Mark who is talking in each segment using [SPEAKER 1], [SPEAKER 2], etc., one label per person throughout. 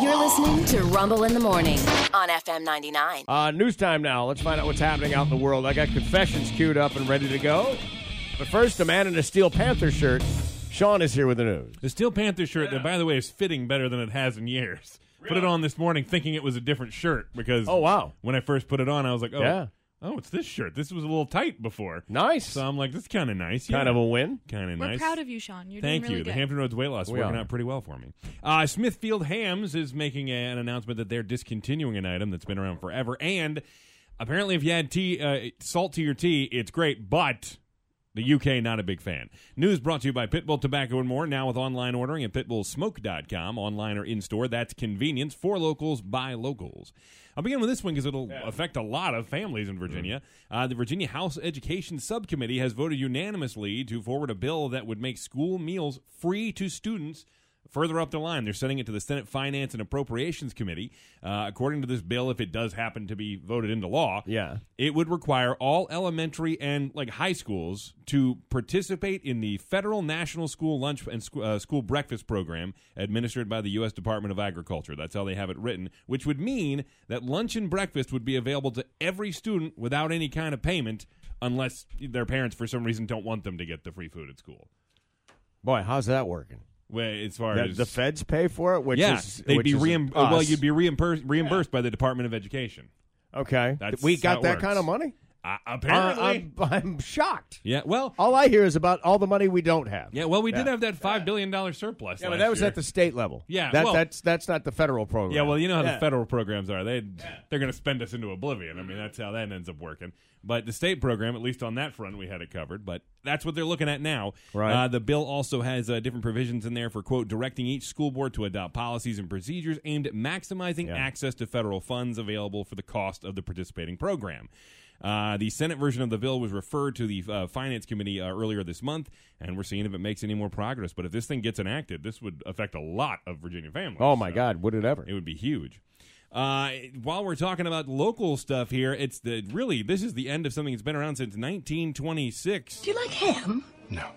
[SPEAKER 1] You're listening to Rumble in the Morning on FM 99.
[SPEAKER 2] Uh, news time now. Let's find out what's happening out in the world. I got confessions queued up and ready to go. But first, a man in a Steel Panther shirt. Sean is here with the news.
[SPEAKER 3] The Steel Panther shirt, that by the way is fitting better than it has in years. Put it on this morning thinking it was a different shirt because
[SPEAKER 2] Oh, wow.
[SPEAKER 3] when I first put it on I was like oh
[SPEAKER 2] Yeah.
[SPEAKER 3] oh it's this shirt this was a little tight before
[SPEAKER 2] Nice.
[SPEAKER 3] so I'm like this is kind of nice
[SPEAKER 2] kind of a win.
[SPEAKER 3] kind of
[SPEAKER 4] We're
[SPEAKER 3] nice
[SPEAKER 4] proud of you, Sean. You're
[SPEAKER 3] Thank
[SPEAKER 4] doing really
[SPEAKER 3] you.
[SPEAKER 4] good.
[SPEAKER 3] The Hampton Roads weight loss is
[SPEAKER 2] We
[SPEAKER 3] working
[SPEAKER 2] are.
[SPEAKER 3] out pretty well for me. Uh, Smithfield Hams is making a- an announcement that they're discontinuing an item that's been around forever. And apparently, if you add tea, uh, salt to your tea, it's great. But the UK not a big fan. News brought to you by Pitbull Tobacco and More. Now with online ordering at pitbullsmoke.com, online or in store. That's convenience for locals by locals. I'll begin with this one because it'll affect a lot of families in Virginia. Uh, the Virginia House Education Subcommittee has voted unanimously to forward a bill that would make school meals free to students Further up the line, they're sending it to the Senate Finance and Appropriations Committee. Uh, according to this bill, if it does happen to be voted into law,
[SPEAKER 2] Yeah.
[SPEAKER 3] it would require all elementary and like high schools to participate in the federal national school lunch and sc- uh, school breakfast program administered by the U.S. Department of Agriculture. That's how they have it written, which would mean that lunch and breakfast would be available to every student without any kind of payment, unless their parents, for some reason, don't want them to get the free food at school.
[SPEAKER 2] Boy, how's that working?
[SPEAKER 3] Where, as far
[SPEAKER 2] That
[SPEAKER 3] as
[SPEAKER 2] the feds pay for it, which
[SPEAKER 3] yeah,
[SPEAKER 2] is
[SPEAKER 3] they'd
[SPEAKER 2] which
[SPEAKER 3] be
[SPEAKER 2] is
[SPEAKER 3] reimb-
[SPEAKER 2] us.
[SPEAKER 3] well, you'd be reimpers- reimbursed by the Department of Education.
[SPEAKER 2] okay.
[SPEAKER 3] That's
[SPEAKER 2] we
[SPEAKER 3] how
[SPEAKER 2] got
[SPEAKER 3] it
[SPEAKER 2] that
[SPEAKER 3] works.
[SPEAKER 2] kind of money.
[SPEAKER 3] Uh,
[SPEAKER 2] I-
[SPEAKER 3] apparently,
[SPEAKER 2] I'm, I'm shocked.
[SPEAKER 3] yeah. Well,
[SPEAKER 2] All I hear is about all the money we don't have.
[SPEAKER 3] yeah. Well, we did
[SPEAKER 2] Yeah.
[SPEAKER 3] have that five billion dollar surplus.
[SPEAKER 2] Yeah, but
[SPEAKER 3] last
[SPEAKER 2] that was
[SPEAKER 3] year.
[SPEAKER 2] at the state level.
[SPEAKER 3] Yeah,
[SPEAKER 2] that,
[SPEAKER 3] well-
[SPEAKER 2] that's that's not the federal program.
[SPEAKER 3] Yeah, well, you know how
[SPEAKER 2] Yeah.
[SPEAKER 3] the federal programs are. They they're going to spend us into oblivion. I mean, that's how that ends up working. But the state program, at least on that front, we had it covered. But that's what they're looking at now.
[SPEAKER 2] Right.
[SPEAKER 3] Uh, the bill also has uh, different provisions in there for quote directing each school board to adopt policies and procedures aimed at maximizing
[SPEAKER 2] Yeah.
[SPEAKER 3] access to federal funds available for the cost of the participating program. Uh, the Senate version of the bill was referred to the uh, Finance Committee uh, earlier this month, and we're seeing if it makes any more progress. But if this thing gets enacted, this would affect a lot of Virginia families.
[SPEAKER 2] oh my
[SPEAKER 3] So-
[SPEAKER 2] God, would it ever?
[SPEAKER 3] it would be huge. Uh, while we're talking about local stuff here, it's the really this is the end of something that's been around since 1926.
[SPEAKER 1] Do you like ham?
[SPEAKER 5] No,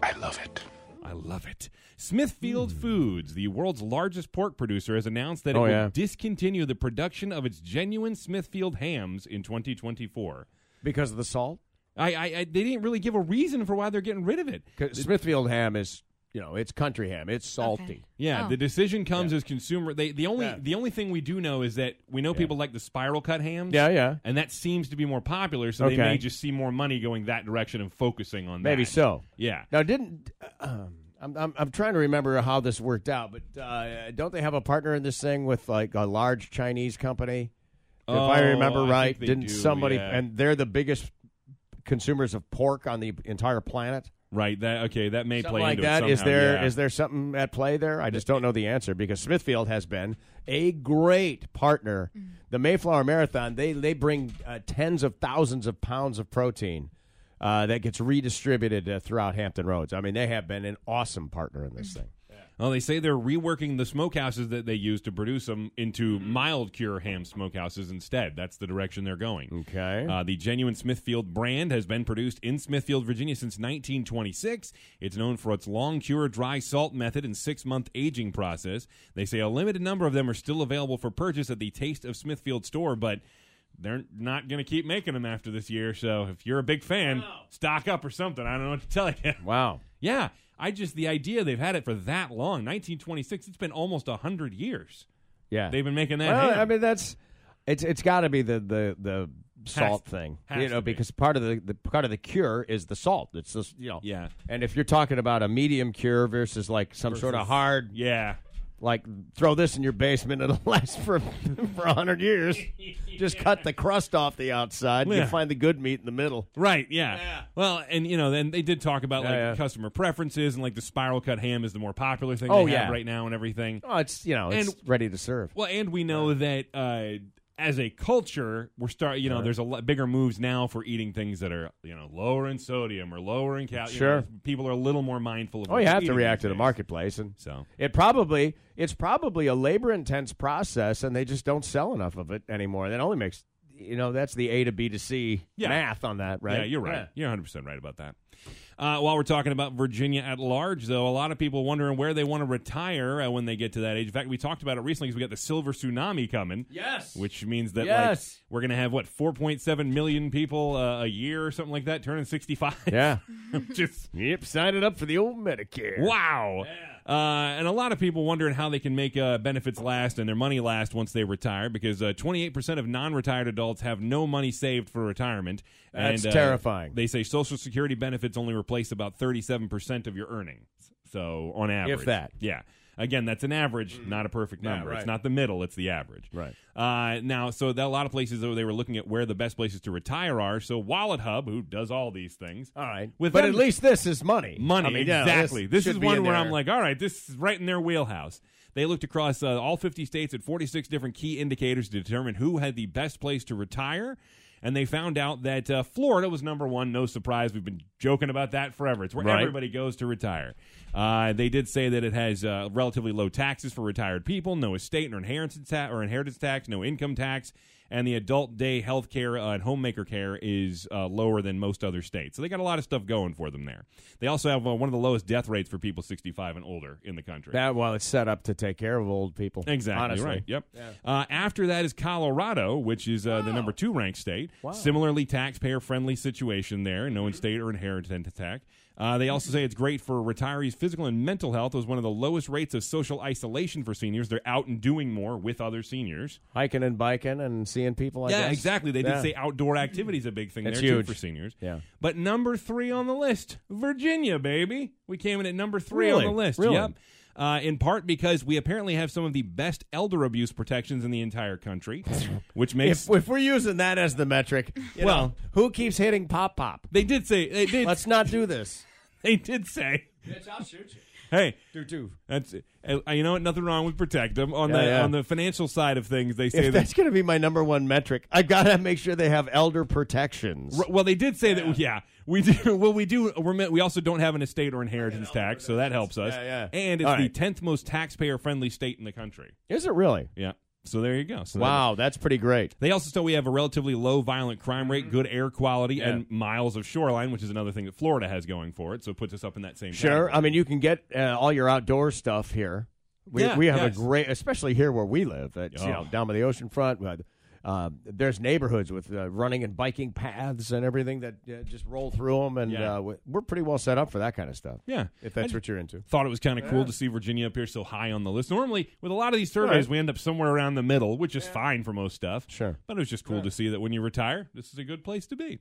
[SPEAKER 5] I love it.
[SPEAKER 3] I love it. Smithfield Foods, the world's largest pork producer, has announced that
[SPEAKER 2] Hmm. Oh,
[SPEAKER 3] it will
[SPEAKER 2] yeah.
[SPEAKER 3] discontinue the production of its genuine Smithfield hams in 2024.
[SPEAKER 2] Because of the salt.
[SPEAKER 3] I, I, I they didn't really give a reason for why they're getting rid of it.
[SPEAKER 2] 'Cause Smithfield ham is, you know, it's country ham. It's salty.
[SPEAKER 4] Okay.
[SPEAKER 3] Yeah,
[SPEAKER 4] Oh.
[SPEAKER 3] the decision comes as consumer. They the only
[SPEAKER 2] Yeah.
[SPEAKER 3] the only thing we do know is that we know people like the spiral cut hams.
[SPEAKER 2] Yeah, yeah.
[SPEAKER 3] and that seems to be more popular. So
[SPEAKER 2] Okay.
[SPEAKER 3] they may just see more money going that direction and focusing on that.
[SPEAKER 2] Maybe so.
[SPEAKER 3] Yeah.
[SPEAKER 2] Now, didn't um, I'm, I'm I'm trying to remember how this worked out, but uh, don't they have a partner in this thing with like a large Chinese company? If I
[SPEAKER 3] Oh,
[SPEAKER 2] remember
[SPEAKER 3] I think
[SPEAKER 2] right,
[SPEAKER 3] they
[SPEAKER 2] didn't
[SPEAKER 3] do,
[SPEAKER 2] somebody
[SPEAKER 3] yeah.
[SPEAKER 2] and they're the biggest consumers of pork on the entire planet?
[SPEAKER 3] Right. That okay. That may
[SPEAKER 2] Something
[SPEAKER 3] play
[SPEAKER 2] like
[SPEAKER 3] into
[SPEAKER 2] that.
[SPEAKER 3] It
[SPEAKER 2] Is
[SPEAKER 3] somehow,
[SPEAKER 2] there
[SPEAKER 3] yeah.
[SPEAKER 2] is there something at play there? I just don't know the answer because Smithfield has been a great partner. The Mayflower Marathon they they bring uh, tens of thousands of pounds of protein uh, that gets redistributed uh, throughout Hampton Roads. I mean, they have been an awesome partner in this thing.
[SPEAKER 3] Well, they say they're reworking the smokehouses that they use to produce them into mild cure ham smokehouses instead. That's the direction they're going.
[SPEAKER 2] Okay.
[SPEAKER 3] Uh, the genuine Smithfield brand has been produced in Smithfield, Virginia since 1926. It's known for its long cure dry salt method and six month aging process. They say a limited number of them are still available for purchase at the Taste of Smithfield store, but they're not going to keep making them after this year. So if you're a big fan, stock up or something. I don't know what to tell you.
[SPEAKER 2] Wow.
[SPEAKER 3] Yeah, I just the idea they've had it for that long, 1926. It's been almost hundred years.
[SPEAKER 2] Yeah.
[SPEAKER 3] They've been making that.
[SPEAKER 2] well,
[SPEAKER 3] ham.
[SPEAKER 2] I mean, that's it's it's got to be the the the salt
[SPEAKER 3] to-
[SPEAKER 2] thing,
[SPEAKER 3] has
[SPEAKER 2] you know,
[SPEAKER 3] to be.
[SPEAKER 2] because part of the, the part of the cure is the salt. It's this, you know,
[SPEAKER 3] Yeah.
[SPEAKER 2] And if you're talking about a medium cure versus like some sort of
[SPEAKER 3] Versus-
[SPEAKER 2] hard
[SPEAKER 3] yeah,
[SPEAKER 2] like throw this in your basement it'll last for for 100 years just cut the crust off the outside and
[SPEAKER 3] Yeah.
[SPEAKER 2] you find the good meat in the middle
[SPEAKER 3] right, yeah. Well, and you know, then they did talk about like
[SPEAKER 2] Yeah, yeah.
[SPEAKER 3] customer preferences and like the spiral cut ham is the more popular thing.
[SPEAKER 2] Oh,
[SPEAKER 3] they have
[SPEAKER 2] yeah.
[SPEAKER 3] right now and everything.
[SPEAKER 2] oh it's you know it's
[SPEAKER 3] And-
[SPEAKER 2] ready to serve
[SPEAKER 3] Well, and we know that uh, as a culture, we're start. You know, there's a lot bigger moves now for eating things that are you know lower in sodium or lower in cal. you know,
[SPEAKER 2] Sure.
[SPEAKER 3] people are a little more mindful of.
[SPEAKER 2] oh
[SPEAKER 3] what
[SPEAKER 2] you
[SPEAKER 3] they're
[SPEAKER 2] have to
[SPEAKER 3] eating
[SPEAKER 2] react
[SPEAKER 3] these
[SPEAKER 2] to the
[SPEAKER 3] days.
[SPEAKER 2] marketplace and
[SPEAKER 3] So
[SPEAKER 2] it probably it's probably a labor intense process and they just don't sell enough of it anymore that only makes you know that's the a to b to c
[SPEAKER 3] Yeah.
[SPEAKER 2] math on that right
[SPEAKER 3] Yeah, you're right. You're 100 percent right about that. Uh, while we're talking about Virginia at large, though, a lot of people wondering where they want to retire uh, when they get to that age. In fact, we talked about it recently because we got the silver tsunami coming.
[SPEAKER 2] Yes.
[SPEAKER 3] Which means that
[SPEAKER 2] Yes.
[SPEAKER 3] like, we're going to have, what, 4.7 million people uh, a year or something like that turning 65?
[SPEAKER 2] Yeah.
[SPEAKER 3] Just
[SPEAKER 2] yep. Sign it up for the old Medicare.
[SPEAKER 3] Wow. Uh, and a lot of people wondering how they can make uh, benefits last and their money last once they retire because uh, 28% of non retired adults have no money saved for retirement.
[SPEAKER 2] That's
[SPEAKER 3] and, uh,
[SPEAKER 2] terrifying.
[SPEAKER 3] They say Social Security benefits only replace about 37% of your earnings. So, on average.
[SPEAKER 2] that. Mm.
[SPEAKER 3] Yeah. Again, that's an average, not a perfect
[SPEAKER 2] Yeah,
[SPEAKER 3] number.
[SPEAKER 2] right.
[SPEAKER 3] It's not the middle, it's the average.
[SPEAKER 2] Right.
[SPEAKER 3] Uh, now, so that a lot of places, though, they were looking at where the best places to retire are. So, Wallet Hub, who does all these things,
[SPEAKER 2] All right.
[SPEAKER 3] With
[SPEAKER 2] but
[SPEAKER 3] them-
[SPEAKER 2] at least this is money.
[SPEAKER 3] Money,
[SPEAKER 2] I mean, yeah,
[SPEAKER 3] exactly. this
[SPEAKER 2] should
[SPEAKER 3] is
[SPEAKER 2] be
[SPEAKER 3] one
[SPEAKER 2] in
[SPEAKER 3] where
[SPEAKER 2] there.
[SPEAKER 3] I'm like, all right, this is right in their wheelhouse. They looked across uh, all 50 states at 46 different key indicators to determine who had the best place to retire. And they found out that uh, Florida was number one. No surprise. We've been joking about that forever. It's where
[SPEAKER 2] Right.
[SPEAKER 3] everybody goes to retire. Uh, they did say that it has uh, relatively low taxes for retired people, no estate or inheritance, ta- or inheritance tax, no income tax, and the adult day health care uh, and homemaker care is uh, lower than most other states. So they got a lot of stuff going for them there. They also have uh, one of the lowest death rates for people 65 and older in the country.
[SPEAKER 2] that. Well, it's set up to take care of old people.
[SPEAKER 3] Exactly
[SPEAKER 2] Honestly.
[SPEAKER 3] right. Yep. Uh, after that is Colorado, which is uh, the number two ranked state. Similarly, taxpayer friendly situation there. No in state or inheritance tax. Uh, they also say it's great for retirees' physical and mental health. It was one of the lowest rates of social isolation for seniors. They're out and doing more with other seniors.
[SPEAKER 2] Hiking and biking and seeing people. I
[SPEAKER 3] yeah,
[SPEAKER 2] guess.
[SPEAKER 3] exactly. They
[SPEAKER 2] Yeah.
[SPEAKER 3] did say outdoor activity is a big thing
[SPEAKER 2] That's
[SPEAKER 3] there
[SPEAKER 2] huge.
[SPEAKER 3] too for seniors.
[SPEAKER 2] Yeah.
[SPEAKER 3] But number three on the list, Virginia, baby. We came in at number three
[SPEAKER 2] Really?
[SPEAKER 3] on the list.
[SPEAKER 2] Really?
[SPEAKER 3] Yep. Uh, in part because we apparently have some of the best elder abuse protections in the entire country, which makes.
[SPEAKER 2] If, if we're using that as the metric, you
[SPEAKER 3] Well-
[SPEAKER 2] know, who keeps hitting pop pop?
[SPEAKER 3] they did say they did
[SPEAKER 2] Let's not do this.
[SPEAKER 3] they did say
[SPEAKER 2] Bitch, I'll shoot you.
[SPEAKER 3] hey
[SPEAKER 2] Do do.
[SPEAKER 3] that's uh, you know what nothing wrong with protect them on
[SPEAKER 2] Yeah,
[SPEAKER 3] the
[SPEAKER 2] yeah.
[SPEAKER 3] on the financial side of things they say
[SPEAKER 2] If
[SPEAKER 3] that
[SPEAKER 2] that's going to be my number one metric, I got to make sure they have elder protections.
[SPEAKER 3] R- Well, they did say that. Yeah, we do. Well, we do. We're, meant- we also don't have an estate or inheritance tax, so that helps us.
[SPEAKER 2] Yeah, yeah.
[SPEAKER 3] And it's
[SPEAKER 2] All
[SPEAKER 3] the
[SPEAKER 2] right.
[SPEAKER 3] tenth most taxpayer-friendly state in the country.
[SPEAKER 2] Is it really?
[SPEAKER 3] Yeah. So there you go. So that-
[SPEAKER 2] Wow, that's pretty great.
[SPEAKER 3] They also say we have a relatively low violent crime
[SPEAKER 2] Mm-hmm.
[SPEAKER 3] rate, good air quality, and miles of shoreline, which is another thing that Florida has going for it. So it puts us up in that same.
[SPEAKER 2] Sure.
[SPEAKER 3] category.
[SPEAKER 2] I mean, you can get uh, all your outdoor stuff here. We,
[SPEAKER 3] Yeah,
[SPEAKER 2] we have
[SPEAKER 3] yes.
[SPEAKER 2] a great, especially here where we live, it's, you know,
[SPEAKER 3] Oh.
[SPEAKER 2] down by the ocean front. Uh, um, there's neighborhoods with uh, running and biking paths and everything that uh, just roll through them, and
[SPEAKER 3] Yeah.
[SPEAKER 2] uh, we- we're pretty well set up for that kind of stuff.
[SPEAKER 3] Yeah.
[SPEAKER 2] if that's
[SPEAKER 3] I-
[SPEAKER 2] what you're into.
[SPEAKER 3] Thought it was kind of cool to see Virginia up here so high on the list. Normally, with a lot of these surveys,
[SPEAKER 2] Right.
[SPEAKER 3] we end up somewhere around the middle, which is fine for most stuff.
[SPEAKER 2] Sure.
[SPEAKER 3] But it was just cool to see that when you retire, this is a good place to be.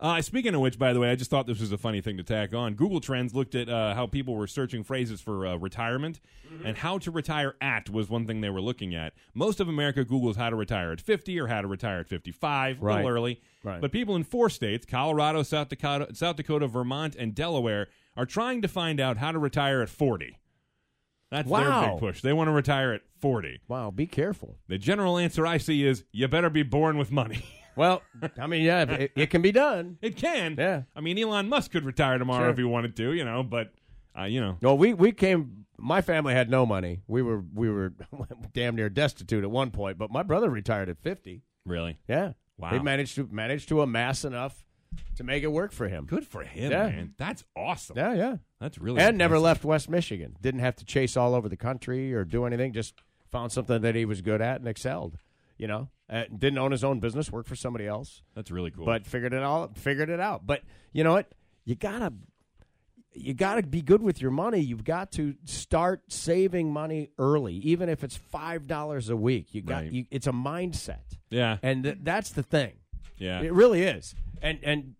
[SPEAKER 3] Uh, speaking of which, by the way, I just thought this was a funny thing to tack on. Google Trends looked at uh, how people were searching phrases for uh, retirement, and how to retire at was one thing they were looking at. Most of America Googles how to retire at 50 or how to retire at 55, a
[SPEAKER 2] Right.
[SPEAKER 3] little early.
[SPEAKER 2] Right.
[SPEAKER 3] But people in four states Colorado, South Dakota, South Dakota, Vermont, and Delaware are trying to find out how to retire at 40. That's their
[SPEAKER 2] Wow.
[SPEAKER 3] big push. They want to retire at 40.
[SPEAKER 2] Wow, be careful.
[SPEAKER 3] The general answer I see is you better be born with money.
[SPEAKER 2] Well, I mean, yeah, if it, it can be done.
[SPEAKER 3] it can.
[SPEAKER 2] Yeah.
[SPEAKER 3] I mean, Elon Musk could retire tomorrow
[SPEAKER 2] Sure.
[SPEAKER 3] if he wanted to, you know, but, uh, you know.
[SPEAKER 2] No, we we came. My family had no money. We were we were damn near destitute at one point. But my brother retired at fifty.
[SPEAKER 3] Really?
[SPEAKER 2] Yeah,
[SPEAKER 3] Wow.
[SPEAKER 2] He managed to managed to amass enough to make it work for him.
[SPEAKER 3] Good for him,
[SPEAKER 2] Yeah.
[SPEAKER 3] man. That's awesome.
[SPEAKER 2] Yeah, yeah.
[SPEAKER 3] That's really
[SPEAKER 2] And never
[SPEAKER 3] impressive.
[SPEAKER 2] left West Michigan. Didn't have to chase all over the country or do anything. Just found something that he was good at and excelled. You know, uh, didn't own his own business. Worked for somebody else.
[SPEAKER 3] That's really cool.
[SPEAKER 2] but figured it all figured it out. But you know what? You gotta you gotta be good with your money. You've got to start saving money early, even if it's five dollars a week. You got
[SPEAKER 3] Right.
[SPEAKER 2] you, it's a mindset,
[SPEAKER 3] yeah.
[SPEAKER 2] and th- that's the thing.
[SPEAKER 3] yeah.
[SPEAKER 2] It really is, and and.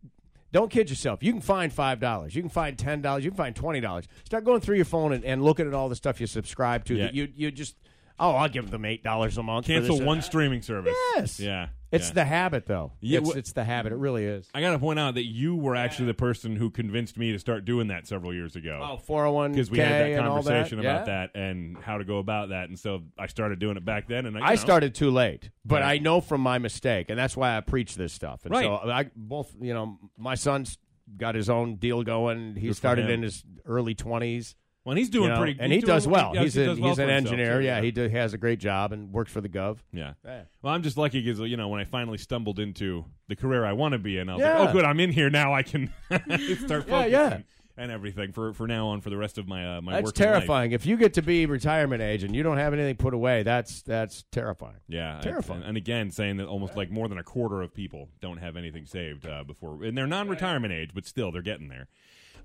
[SPEAKER 2] Don't kid yourself. You can find five dollars. You can find ten dollars. You can find twenty dollars. Start going through your phone and, and looking at all the stuff you subscribe to.
[SPEAKER 3] Yeah.
[SPEAKER 2] That you you just oh, I'll give them eight dollars a month. for this
[SPEAKER 3] Cancel
[SPEAKER 2] and
[SPEAKER 3] one
[SPEAKER 2] that."
[SPEAKER 3] streaming service.
[SPEAKER 2] Yes.
[SPEAKER 3] Yeah.
[SPEAKER 2] It's
[SPEAKER 3] yeah.
[SPEAKER 2] the habit, though.
[SPEAKER 3] Yeah,
[SPEAKER 2] it's,
[SPEAKER 3] wh-
[SPEAKER 2] it's the habit. It really is.
[SPEAKER 3] I got to point out that you were actually the person who convinced me to start doing that several years ago.
[SPEAKER 2] Oh, 401
[SPEAKER 3] because we had that
[SPEAKER 2] and all
[SPEAKER 3] conversation
[SPEAKER 2] Yeah.
[SPEAKER 3] about that and how to go about that, and so I started doing it back then. And I, you
[SPEAKER 2] I
[SPEAKER 3] know,
[SPEAKER 2] started too late, but
[SPEAKER 3] Right.
[SPEAKER 2] I know from my mistake, and that's why I preach this stuff. And so
[SPEAKER 3] Right.
[SPEAKER 2] I both, you know, my son's got his own deal going. He
[SPEAKER 3] Good for
[SPEAKER 2] started
[SPEAKER 3] him.
[SPEAKER 2] in his early 20s.
[SPEAKER 3] Well, and he's
[SPEAKER 2] you
[SPEAKER 3] doing
[SPEAKER 2] know?
[SPEAKER 3] pretty,
[SPEAKER 2] and
[SPEAKER 3] he's
[SPEAKER 2] he does
[SPEAKER 3] doing-
[SPEAKER 2] well.
[SPEAKER 3] yeah,
[SPEAKER 2] he's
[SPEAKER 3] he
[SPEAKER 2] a,
[SPEAKER 3] does
[SPEAKER 2] he's
[SPEAKER 3] well for
[SPEAKER 2] an
[SPEAKER 3] himself,
[SPEAKER 2] engineer.
[SPEAKER 3] too,
[SPEAKER 2] yeah, he do, has a great job and works for the Gov.
[SPEAKER 3] Yeah.
[SPEAKER 2] Yeah.
[SPEAKER 3] Well, I'm just lucky because you know when I finally stumbled into the career I want to be in, I was like,
[SPEAKER 2] Yeah.
[SPEAKER 3] "Oh, good, I'm in here now. I can start focusing
[SPEAKER 2] Yeah, yeah.
[SPEAKER 3] and everything for for now on for the rest of my uh, my
[SPEAKER 2] That's
[SPEAKER 3] working life."
[SPEAKER 2] terrifying. If you get to be retirement age and you don't have anything put away, that's that's terrifying.
[SPEAKER 3] Yeah, I-
[SPEAKER 2] Terrifying.
[SPEAKER 3] And, and again, saying that almost like more than a quarter of people don't have anything saved uh, before, and they're non-retirement age, but still they're getting there.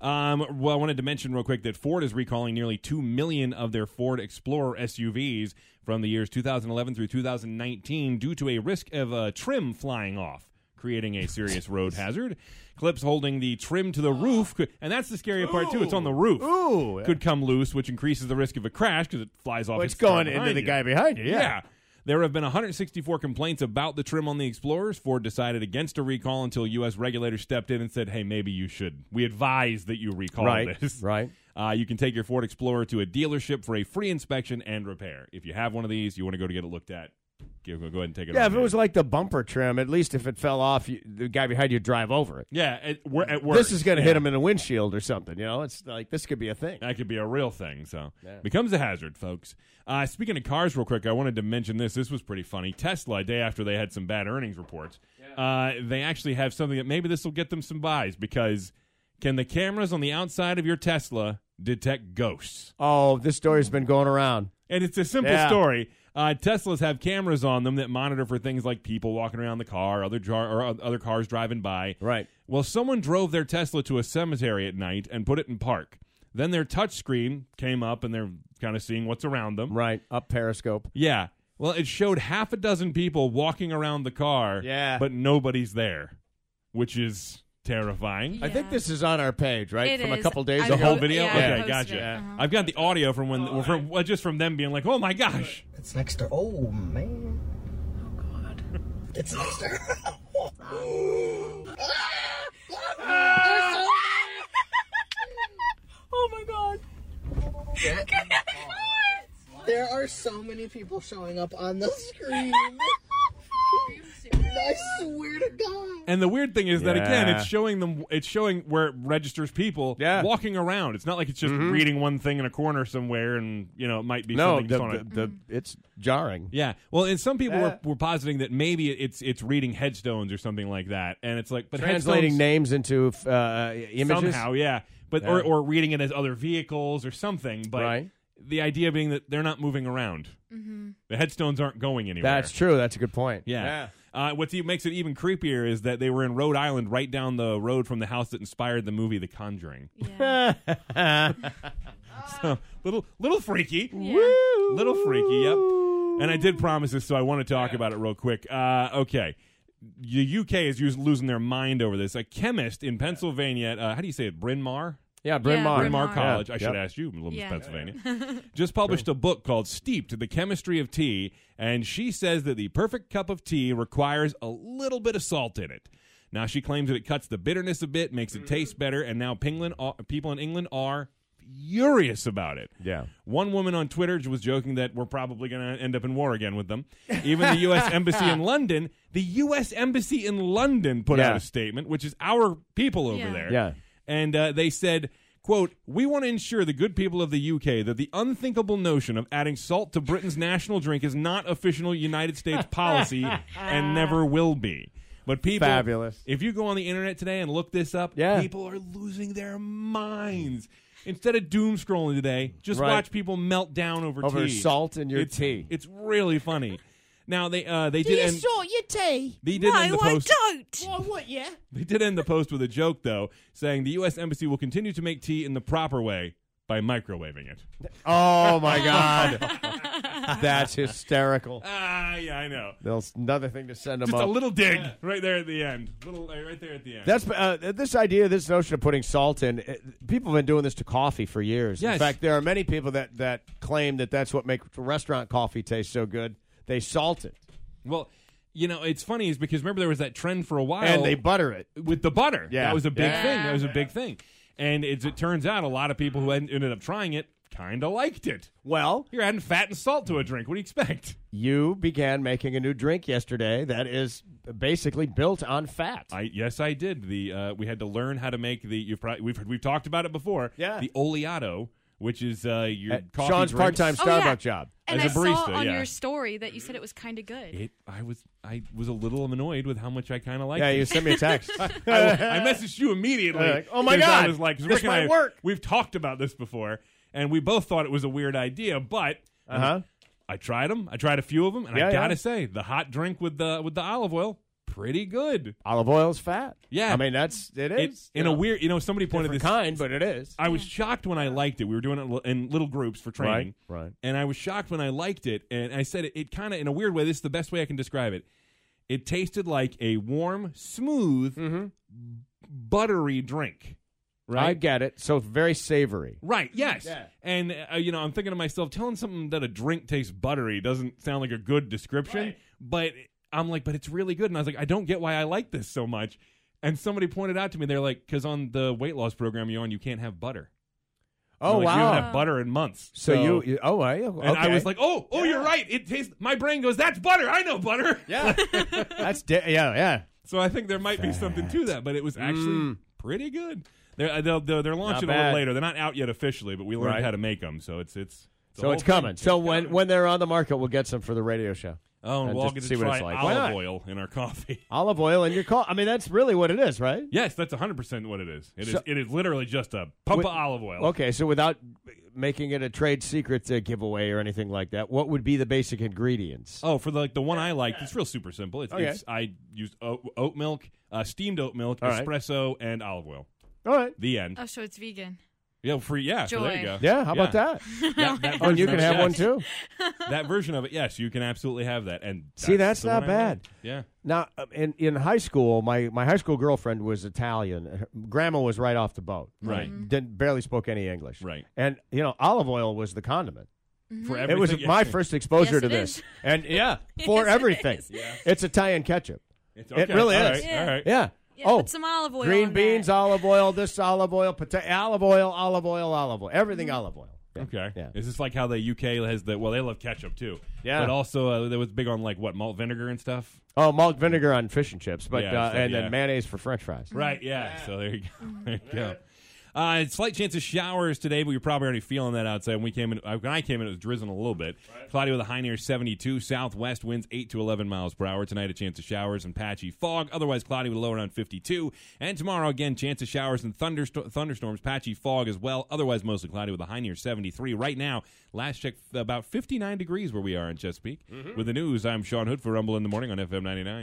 [SPEAKER 3] Um, well, I wanted to mention real quick that Ford is recalling nearly two million of their Ford Explorer SUVs from the years 2011 through 2019 due to a risk of uh, trim flying off. Creating a serious road hazard. Clips holding the trim to the roof, could, and that's the scary part too. It's on the roof.
[SPEAKER 2] Ooh, yeah.
[SPEAKER 3] could come loose, which increases the risk of a crash because it flies off.
[SPEAKER 2] Well,
[SPEAKER 3] and
[SPEAKER 2] it's
[SPEAKER 3] hits the car
[SPEAKER 2] going into
[SPEAKER 3] behind
[SPEAKER 2] the
[SPEAKER 3] you.
[SPEAKER 2] guy behind you.
[SPEAKER 3] Yeah.
[SPEAKER 2] Yeah.
[SPEAKER 3] There have been 164 complaints about the trim on the Explorers. Ford decided against a recall until U.S. regulators stepped in and said, hey, maybe you should. We advise that you recall
[SPEAKER 2] Right,
[SPEAKER 3] this.
[SPEAKER 2] right.
[SPEAKER 3] Uh, you can take your Ford Explorer to a dealership for a free inspection and repair. If you have one of these, you want to go to get it looked at, go, go ahead and take it
[SPEAKER 2] Yeah,
[SPEAKER 3] on
[SPEAKER 2] if it
[SPEAKER 3] in.
[SPEAKER 2] was like the bumper trim, at least if it fell off, you, the guy behind you drive over it.
[SPEAKER 3] yeah, at, wor- at work.
[SPEAKER 2] This is going to
[SPEAKER 3] Yeah.
[SPEAKER 2] hit him in the windshield or something. You know, it's like this could be a thing.
[SPEAKER 3] That could be a real thing. So becomes a hazard, folks. Uh, speaking of cars, real quick, I wanted to mention this. This was pretty funny. Tesla, a day after they had some bad earnings reports, uh, they actually have something that maybe this will get them some buys because can the cameras on the outside of your Tesla detect ghosts?
[SPEAKER 2] Oh, this story's been going around.
[SPEAKER 3] And it's a simple
[SPEAKER 2] Yeah.
[SPEAKER 3] story. Uh, Teslas have cameras on them that monitor for things like people walking around the car, other jar- or o- other cars driving by.
[SPEAKER 2] Right.
[SPEAKER 3] Well, someone drove their Tesla to a cemetery at night and put it in park. Then their touchscreen came up, and they're kind of seeing what's around them.
[SPEAKER 2] Right. Up Periscope.
[SPEAKER 3] Yeah. Well, it showed half a dozen people walking around the car.
[SPEAKER 2] Yeah.
[SPEAKER 3] But nobody's there, which is terrifying.
[SPEAKER 2] I think this is on our page, right?
[SPEAKER 4] It
[SPEAKER 2] From a
[SPEAKER 4] is.
[SPEAKER 2] couple days
[SPEAKER 4] I
[SPEAKER 2] ago.
[SPEAKER 3] The whole
[SPEAKER 4] Yeah,
[SPEAKER 3] video.
[SPEAKER 4] I
[SPEAKER 3] okay,
[SPEAKER 4] posted
[SPEAKER 3] gotcha.
[SPEAKER 4] it. Uh-huh. Oh,
[SPEAKER 3] I've got the audio from when from well, just from them being like, "Oh my gosh."
[SPEAKER 6] It's next door. Oh man. Oh god. It's next door.
[SPEAKER 4] Oh my god.
[SPEAKER 6] there are so many people showing up on the screen. I swear to God.
[SPEAKER 3] And the weird thing is that again,
[SPEAKER 2] Yeah.
[SPEAKER 3] it's showing them. It's showing where it registers people
[SPEAKER 2] Yeah. Mm-hmm.
[SPEAKER 3] walking around. It's not like it's just reading one thing in a corner somewhere, and you know it might be
[SPEAKER 2] No,
[SPEAKER 3] something
[SPEAKER 2] the,
[SPEAKER 3] just on a-
[SPEAKER 2] the, the,
[SPEAKER 4] Mm-hmm.
[SPEAKER 2] it's jarring.
[SPEAKER 3] Yeah. Well, and some people
[SPEAKER 2] Yeah.
[SPEAKER 3] were, were positing that maybe it's it's reading headstones or something like that, and it's like but
[SPEAKER 2] Translating
[SPEAKER 3] headstones
[SPEAKER 2] names into uh, images.
[SPEAKER 3] somehow, yeah. But
[SPEAKER 2] Yeah.
[SPEAKER 3] or or reading it as other vehicles or something. But
[SPEAKER 2] Right.
[SPEAKER 3] the idea being that they're not moving around. The headstones aren't going anywhere.
[SPEAKER 2] That's true. That's a good point.
[SPEAKER 3] Yeah. Uh, what makes it even creepier is that they were in Rhode Island, right down the road from the house that inspired the movie The Conjuring.
[SPEAKER 4] Yeah.
[SPEAKER 3] So, little, little freaky.
[SPEAKER 4] yeah.
[SPEAKER 3] Little freaky, yep. And I did promise this, so I want to talk about it real quick. Uh, okay. The UK is us- losing their mind over this. A chemist in Pennsylvania, uh, how do you say it? Bryn Mawr?
[SPEAKER 2] Yeah, Bryn
[SPEAKER 4] Yeah,
[SPEAKER 2] Mawr.
[SPEAKER 4] Bryn
[SPEAKER 3] Bryn Mawr
[SPEAKER 4] Mawr.
[SPEAKER 3] College. I should
[SPEAKER 2] Yep.
[SPEAKER 3] ask you, Miss
[SPEAKER 4] Yeah.
[SPEAKER 3] Pennsylvania. Just published a book called Steeped The Chemistry of Tea, and she says that the perfect cup of tea requires a little bit of salt in it. Now, she claims that it cuts the bitterness a bit, makes
[SPEAKER 2] Mm-hmm.
[SPEAKER 3] it taste better, and now Pingland, uh, people in England are furious about it.
[SPEAKER 2] Yeah.
[SPEAKER 3] One woman on Twitter was joking that we're probably going to end up in war again with them. Even the U.S. Embassy in London, the U.S. Embassy in London put out
[SPEAKER 2] Yeah.
[SPEAKER 3] a statement, which is our people over
[SPEAKER 4] Yeah.
[SPEAKER 3] there
[SPEAKER 2] Yeah.
[SPEAKER 3] and uh, they said quote we want to ensure the good people of the uk that the unthinkable notion of adding salt to britain's national drink is not official united states policy and never will be but people
[SPEAKER 2] Fabulous.
[SPEAKER 3] if you go on the internet today and look this up
[SPEAKER 2] Yeah.
[SPEAKER 3] people are losing their minds instead of doom scrolling today just
[SPEAKER 2] Right.
[SPEAKER 3] watch people melt down over,
[SPEAKER 2] Over
[SPEAKER 3] tea.
[SPEAKER 2] salt in your
[SPEAKER 3] it's,
[SPEAKER 2] tea.
[SPEAKER 3] it's really funny now they uh, they did end,
[SPEAKER 1] your tea.
[SPEAKER 3] they did end the post
[SPEAKER 4] don't.
[SPEAKER 1] Oh, what, yeah?
[SPEAKER 3] they did end the post with a joke, though, saying the U.S. Embassy will continue to make tea in the proper way by microwaving it.
[SPEAKER 2] Oh my God, that's hysterical.
[SPEAKER 3] Ah, yeah, I know.
[SPEAKER 2] There's another thing to send them
[SPEAKER 3] Just
[SPEAKER 2] up.
[SPEAKER 3] a little dig right there at the end. Little uh, right there at the end.
[SPEAKER 2] That's uh, this idea, this notion of putting salt in. uh, People have been doing this to coffee for years.
[SPEAKER 3] Yes.
[SPEAKER 2] In fact, there are many people that that claim that that's what makes restaurant coffee taste so good. They salt it
[SPEAKER 3] well, you know, it's funny is because remember there was that trend for a while
[SPEAKER 2] and they butter it.
[SPEAKER 3] with the butter.
[SPEAKER 2] Yeah.
[SPEAKER 3] that was a big
[SPEAKER 2] Yeah.
[SPEAKER 3] thing. That was a big thing. And as it turns out, a lot of people who en- ended up trying it kind of liked it.
[SPEAKER 2] Well,
[SPEAKER 3] You're adding fat and salt to a drink. What do you expect?
[SPEAKER 2] you began making a new drink yesterday that is basically built on fat.
[SPEAKER 3] I yes, I did. The uh, we had to learn how to make the you've probably we've we've talked about it before.
[SPEAKER 2] Yeah.
[SPEAKER 3] the oleato. which is uh, your
[SPEAKER 2] At
[SPEAKER 3] coffee
[SPEAKER 2] Sean's
[SPEAKER 3] drinks.
[SPEAKER 2] part-time
[SPEAKER 4] Oh, yeah.
[SPEAKER 2] Starbucks job.
[SPEAKER 4] And
[SPEAKER 3] As
[SPEAKER 4] I
[SPEAKER 3] a barista,
[SPEAKER 4] saw on
[SPEAKER 3] yeah.
[SPEAKER 4] your story that you said it was kind of good.
[SPEAKER 3] It, I was I was a little annoyed with how much I kind of liked
[SPEAKER 2] Yeah,
[SPEAKER 3] it.
[SPEAKER 2] you sent me a text.
[SPEAKER 3] I, I messaged you immediately.
[SPEAKER 2] Like, oh my
[SPEAKER 3] 'cause I
[SPEAKER 2] God,
[SPEAKER 3] was like, 'cause
[SPEAKER 2] this
[SPEAKER 3] Rick and I-
[SPEAKER 2] might work.
[SPEAKER 3] We've talked about this before, and we both thought it was a weird idea, but
[SPEAKER 2] Uh huh.
[SPEAKER 3] I tried them. I tried a few of them, and
[SPEAKER 2] Yeah,
[SPEAKER 3] I
[SPEAKER 2] yeah.
[SPEAKER 3] gotta say, the hot drink with the with the olive oil, pretty good.
[SPEAKER 2] Olive oil's fat.
[SPEAKER 3] Yeah.
[SPEAKER 2] I mean that's it is
[SPEAKER 3] It's in a weird, you know, somebody pointed
[SPEAKER 2] different
[SPEAKER 3] this.
[SPEAKER 2] kind, but it is.
[SPEAKER 3] I was shocked when I liked it. We were doing it li- in little groups for training,
[SPEAKER 2] Right, right.
[SPEAKER 3] And I was shocked when I liked it, and I said it, it kind of in a weird way. This is the best way I can describe it. It tasted like a warm, smooth, buttery drink.
[SPEAKER 2] Mm-hmm. I get it. So it's very savory.
[SPEAKER 3] Right. Yes.
[SPEAKER 2] Yeah.
[SPEAKER 3] And uh, you know, I'm thinking to myself, telling something that a drink tastes buttery doesn't sound like a good description. But I'm like, but it's really good. And I was like, I don't get why I like this so much. And somebody pointed out to me, they're like, because on the weight loss program you're on, you can't have butter.
[SPEAKER 2] Oh
[SPEAKER 3] Like, You
[SPEAKER 2] wow.
[SPEAKER 3] haven't had butter in months.
[SPEAKER 2] so, you, you oh I okay.
[SPEAKER 3] And I was like, oh, oh, you're right. It tastes. My brain goes, that's butter. I know butter.
[SPEAKER 2] yeah, that's di- yeah yeah.
[SPEAKER 3] So I think there might be something to that, but it was actually pretty good. They're, uh, they'll, they're, they're launching a
[SPEAKER 2] Mm. bad.
[SPEAKER 3] little later. They're not out yet officially, but we learned
[SPEAKER 2] Right.
[SPEAKER 3] how to make them. So it's it's.
[SPEAKER 2] So
[SPEAKER 3] the whole
[SPEAKER 2] it's
[SPEAKER 3] thing.
[SPEAKER 2] coming. So when when they're on the market, we'll get some for the radio show.
[SPEAKER 3] Oh, and
[SPEAKER 2] And
[SPEAKER 3] we'll all
[SPEAKER 2] just
[SPEAKER 3] get to
[SPEAKER 2] see what
[SPEAKER 3] try
[SPEAKER 2] it's like. Why
[SPEAKER 3] olive
[SPEAKER 2] not?
[SPEAKER 3] oil in our coffee.
[SPEAKER 2] Olive oil in your call. I mean, that's really what it is, right?
[SPEAKER 3] Yes, that's 100% what it is. It is
[SPEAKER 2] So-
[SPEAKER 3] it is literally just a pump
[SPEAKER 2] Wait,
[SPEAKER 3] of olive oil.
[SPEAKER 2] Okay, so without making it a trade secret uh, giveaway or anything like that, what would be the basic ingredients?
[SPEAKER 3] Oh, for the, like the one I like, it's real super simple. It's,
[SPEAKER 2] Okay.
[SPEAKER 3] it's I used oat, oat milk, uh, steamed oat milk,
[SPEAKER 2] All right.
[SPEAKER 3] espresso, and olive oil.
[SPEAKER 2] All right.
[SPEAKER 3] The end.
[SPEAKER 4] Oh, so it's vegan.
[SPEAKER 3] yeah, free. Yeah, so there
[SPEAKER 4] Joy.
[SPEAKER 3] you go.
[SPEAKER 2] Yeah, how about that?
[SPEAKER 3] That, that
[SPEAKER 2] Oh, and you
[SPEAKER 3] version
[SPEAKER 2] can
[SPEAKER 3] of-
[SPEAKER 2] have one
[SPEAKER 3] yes.
[SPEAKER 2] too.
[SPEAKER 3] That version of it, yes, you can absolutely have that. And
[SPEAKER 2] See, that's
[SPEAKER 3] the
[SPEAKER 2] not
[SPEAKER 3] one I like.
[SPEAKER 2] bad.
[SPEAKER 3] Yeah.
[SPEAKER 2] Now, um, in in high school, my my high school girlfriend was Italian. Her- Grandma was right off the boat.
[SPEAKER 3] Right.
[SPEAKER 4] Mm-hmm.
[SPEAKER 2] Didn't barely spoke any English.
[SPEAKER 3] Right.
[SPEAKER 2] And you know, olive oil was the condiment.
[SPEAKER 3] For
[SPEAKER 2] It was
[SPEAKER 3] everything- yeah.
[SPEAKER 2] my first exposure
[SPEAKER 4] Yes,
[SPEAKER 2] to
[SPEAKER 4] it
[SPEAKER 2] this,
[SPEAKER 4] is.
[SPEAKER 2] and yeah, for everything, it's Italian ketchup.
[SPEAKER 3] It's
[SPEAKER 2] it
[SPEAKER 3] okay.
[SPEAKER 2] really
[SPEAKER 3] All
[SPEAKER 2] is.
[SPEAKER 3] right, All right.
[SPEAKER 2] Yeah.
[SPEAKER 4] Yeah,
[SPEAKER 2] oh,
[SPEAKER 4] put some olive oil.
[SPEAKER 2] green
[SPEAKER 4] on
[SPEAKER 2] beans,
[SPEAKER 4] That.
[SPEAKER 2] olive oil, this olive oil, potato, olive oil, olive oil, olive oil, everything
[SPEAKER 4] Mm-hmm.
[SPEAKER 2] olive oil. Yeah.
[SPEAKER 3] Okay.
[SPEAKER 2] Yeah.
[SPEAKER 3] Is this like how the UK has the well? They love ketchup too.
[SPEAKER 2] Yeah.
[SPEAKER 3] But also uh, they was big on like what malt vinegar and stuff.
[SPEAKER 2] Oh, malt vinegar on fish and chips, but
[SPEAKER 3] Yeah,
[SPEAKER 2] uh,
[SPEAKER 3] so-
[SPEAKER 2] and
[SPEAKER 3] yeah.
[SPEAKER 2] then mayonnaise for French fries.
[SPEAKER 3] Right. Yeah. So there you go. There you go. Uh, slight chance of showers today, but you're probably already feeling that outside. When we came in, uh, when I came in, it was drizzling a little bit. Cloudy with a high near 72. Southwest winds 8 to 11 miles per hour. Tonight, a chance of showers and patchy fog. Otherwise, cloudy with a low around 52. And tomorrow, again, chance of showers and thundersto- thunderstorms, patchy fog as well. Otherwise, mostly cloudy with a high near 73. Right now, last check about 59 degrees where we are in Chesapeake. With the news, I'm Sean Hood for Rumble in the Morning on FM 99.